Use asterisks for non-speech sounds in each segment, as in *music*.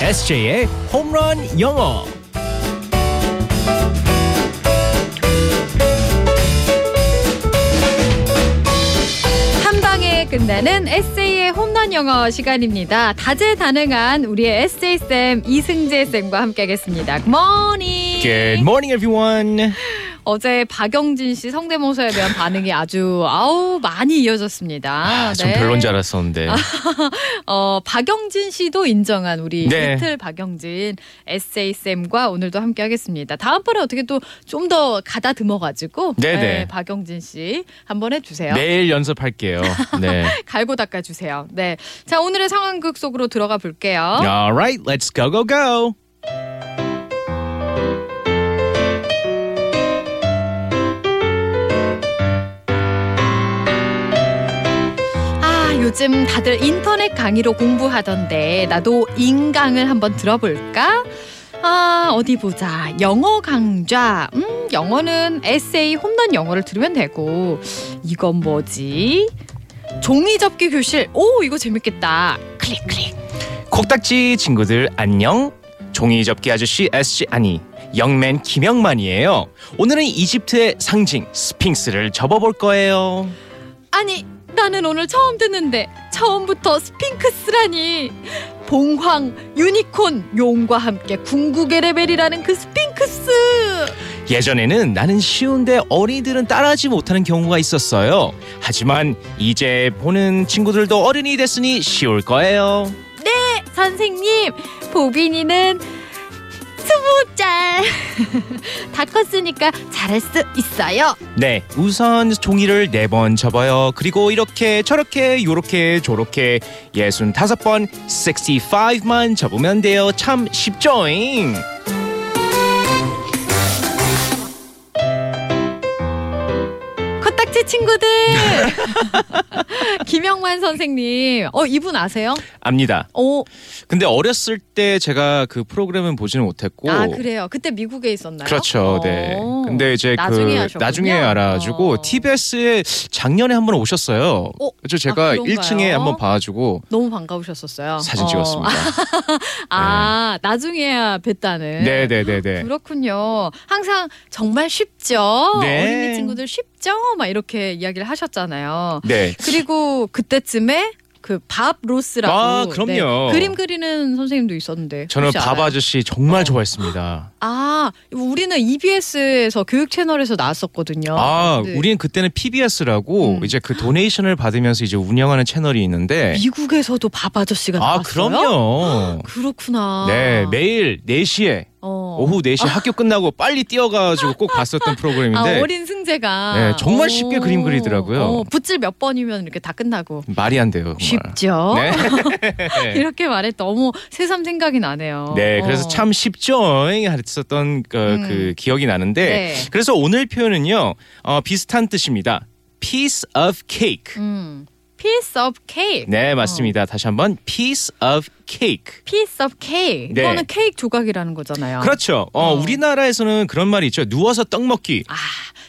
SJ의 홈런 영어. 한 방에 끝나는 에세이의 홈런 영어 시간입니다. 다재다능한 우리의 에세이 쌤 이승재 쌤과 함께하겠습니다. Good morning. Good morning, everyone. 어제 박영진 씨 성대모사에 대한 반응이 아주 아우 많이 이어졌습니다. 아, 좀 네. 별론 줄 알았었는데. 어, 박영진 씨도 인정한 우리 네. 리틀 박영진 에세이 쌤과 오늘도 함께하겠습니다. 다음번에 어떻게 또 좀 더 가다듬어가지고 네네. 네, 박영진 씨 한번 해주세요. 내일 연습할게요. 네. 갈고 닦아주세요. 네. 자, 오늘의 상황극 속으로 들어가 볼게요. All right, let's go, go, go. 아, 요즘 다들 인터넷 강의로 공부하던데, 나도 인강을 한번 들어볼까? 아, 어디 보자. 영어 강좌. 음, 영어는 에세이 홈런 영어를 들으면 되고, 이건 뭐지? 종이 접기 교실. 오, 이거 재밌겠다. 클릭, 클릭. 콕딱지 친구들 안녕. 종이 접기 아저씨 SG 아니 영맨 김영만이에요. 오늘은 이집트의 상징 스핑스를 접어볼 거예요. 아니, 나는 오늘 처음 듣는데, 처음부터 스핑크스라니. 봉황, 유니콘, 용과 함께 궁극의 레벨이라는 그 스핑크스. 예전에는 나는 쉬운데 어린이들은 따라하지 못하는 경우가 있었어요. 하지만 이제 보는 친구들도 어른이 됐으니 쉬울 거예요. 선생님, 보빈이는 스무 짤. *laughs* 다 컸으니까 잘할 수 있어요. 네, 우선 종이를 네 번 접어요. 그리고 이렇게 저렇게 요렇게 저렇게 예순 다섯 번 65만 접으면 돼요. 참 쉽죠잉. 코딱지 친구들. *laughs* 김영환 선생님, 어 이분 아세요? 압니다. 오, 근데 어렸을 때 제가 그 프로그램은 보지는 못했고 아 그래요. 그때 미국에 있었나요? 그렇죠. 어. 네. 근데 이제 나중에 그 아셨군요. 나중에 알아가지고 어. TBS에 작년에 한 번 오셨어요. 어? 그래서 제가 아, 그런가요? 1층에 한 번 봐가지고 너무 반가우셨었어요. 사진 어. 찍었습니다. 아, 나중에야 뵀다는. 네, 네, 네, 네. 그렇군요. 항상 정말 쉽죠. 네. 어린이 친구들 쉽죠. 막 이렇게 이야기를 하셨잖아요. 네. 그리고 그때쯤에 그 밥 로스라고 아, 그럼요. 네, 그림 그리는 선생님도 있었는데 저는 혹시 밥 알아요? 어. 아저씨 정말 좋아했습니다. 아 우리는 EBS에서 교육 채널에서 나왔었거든요. 아, 네. 우리는 그때는 PBS라고 음. 이제 그 도네이션을 받으면서 이제 운영하는 채널이 있는데 미국에서도 밥 아저씨가 아, 나왔어요. 그럼요. 그렇구나. 네, 매일 4시에 어. 오후 4시 학교 끝나고 빨리 뛰어가지고 꼭 봤었던 프로그램인데 아, 어린 승재가 네, 정말 쉽게 그림 그리더라고요. 어, 붓질 몇 번이면 이렇게 다 끝나고 말이 안 돼요. 정말. 쉽죠. *laughs* 네. 이렇게 말해 너무 새삼 생각이 나네요. 네, 그래서 어. 참 쉽죠. 했었던 그, 음. 그 기억이 나는데 네. 그래서 오늘 표현은요 어, 비슷한 뜻입니다. piece of cake. 음, piece of cake. 네, 맞습니다. 다시 한번 piece of cake. piece of cake. 네. 이거는 케이크 조각이라는 거잖아요. 그렇죠. 어, 어. 우리나라에서는 그런 말이 있죠. 누워서 떡 먹기. 아,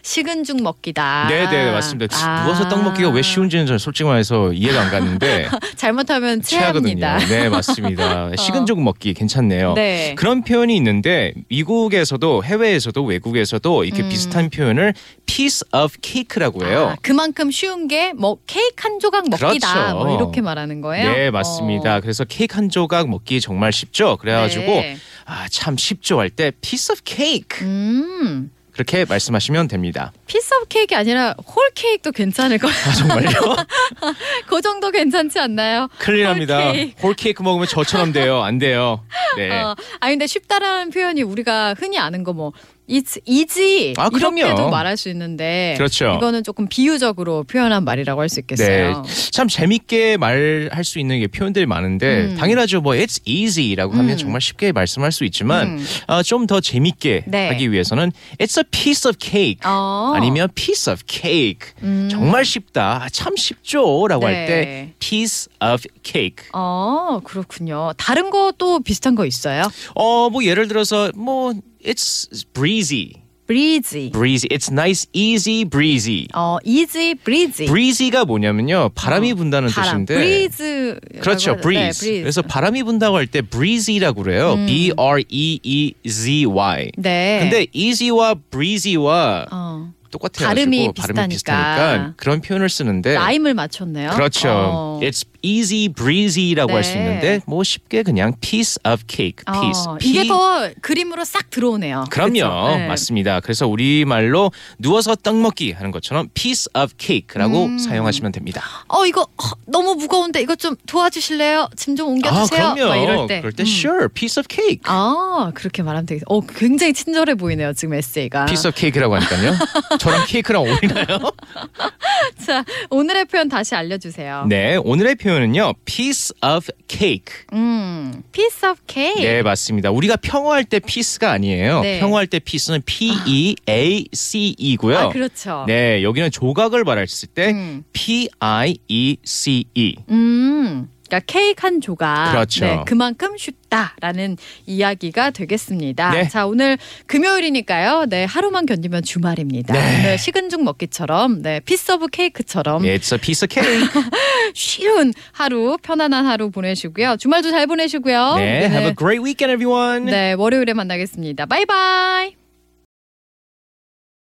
식은 죽 먹기다. 네, 네, 맞습니다. 아. 누워서 떡 먹기가 왜 쉬운지는 저는 솔직히 말해서 이해가 안 *laughs* 갔는데 잘못하면 최하거든요. 체합니다. 어. 네, *laughs* 맞습니다. 식은 죽 먹기 괜찮네요. 네. 그런 표현이 있는데 미국에서도 해외에서도 외국에서도 이렇게 비슷한 표현을 piece of cake라고 해요. 음. 아, 그만큼 쉬운 게 뭐 케이크 한 조각 먹기다. 그렇죠. 뭐 이렇게 말하는 거예요? 네, 맞습니다. 어. 그래서 케이크 한 조각 먹기 정말 쉽죠. 그래가지고 네. 아, 참 쉽죠 할 때 piece of cake 음. 그렇게 말씀하시면 됩니다. 피스 오브 케이크 아니라 홀 케이크도 괜찮을 거예요. 아, 정말요? *laughs* 그 정도 괜찮지 않나요? 큰일 납니다. 홀케이크. 홀 케이크 먹으면 저처럼 돼요. 안 돼요. 네. 어, 아 근데 쉽다라는 표현이 우리가 흔히 아는 거 뭐 it's easy 아, 그럼요. 이렇게도 말할 수 있는데 그렇죠. 이거는 조금 비유적으로 표현한 말이라고 할 수 있겠어요. 네. 참 재밌게 말할 수 있는 게 표현들이 많은데 음. 당연하죠. 뭐 it's easy라고 음. 하면 정말 쉽게 말씀할 수 있지만 아, 음. 좀 더 재밌게 네. 하기 위해서는 it's a piece of cake 어. 아니면 piece of cake 음. 정말 쉽다. 아, 참 쉽죠라고 네. 할 때 piece of cake. 어 그렇군요. 다른 거 또 비슷한 거 있어요? 어 뭐 예를 들어서 뭐 it's breezy breezy. breezy. It's nice, easy, breezy. 어, easy breezy. breezy가 뭐냐면요. 바람이 예. 어, 분다는 바람. 뜻인데. breeze. 네, 그렇죠. breeze. 그래서 바람이 분다고 할 때 breezy라고 그래요. B R E E Z Y. 음. 네. 근데 easy와 breezy와 어, 똑같아요. 발음이 비슷하니까. 발음이 비슷하니까 그런 표현을 쓰는데 라임을 맞췄네요. 그렇죠. 어. It's easy breezy라고 할 수 네. 있는데 뭐 쉽게 그냥 piece of cake, piece. 어, P- 이게 더 그림으로 싹 들어오네요. 그럼요, 그쵸? 네. 맞습니다. 그래서 우리 말로 누워서 떡 먹기 하는 것처럼 piece of cake라고 음. 사용하시면 됩니다. 어 이거 허, 너무 무거운데 이거 좀 도와주실래요? 짐 좀 옮겨주세요. 아, 그럼요. 막 이럴 때. 그럴 때 음. sure, piece of cake. 아 그렇게 말하면 되겠어. 어 굉장히 친절해 보이네요 지금 에세이가. piece of cake라고 *laughs* 하니까요. 저랑 케이크랑 어울리나요? 자 오늘의 표현 다시 알려주세요. 네, 오늘의 표현은요. piece of cake. 음 piece of cake. 네, 맞습니다. 우리가 평화할 때 피스가 아니에요. 네. 평화할 때 피스는 P E A C E고요. 아 그렇죠. 네, 여기는 조각을 말할 때 음. P I E C E. 음. 그러니까 케이크 한 조각. 그렇죠. 네, 그만큼 쉽다라는 이야기가 되겠습니다. 네. 자, 오늘 금요일이니까요. 네, 하루만 견디면 주말입니다. 네. 오늘 식은 죽 먹기처럼, 네, 피스 오브 케이크처럼 It's a piece of *laughs* cake. 쉬운 하루, 편안한 하루 보내시고요. 주말도 잘 보내시고요. 네, have a great weekend, everyone. 네, 월요일에 만나겠습니다. 바이바이.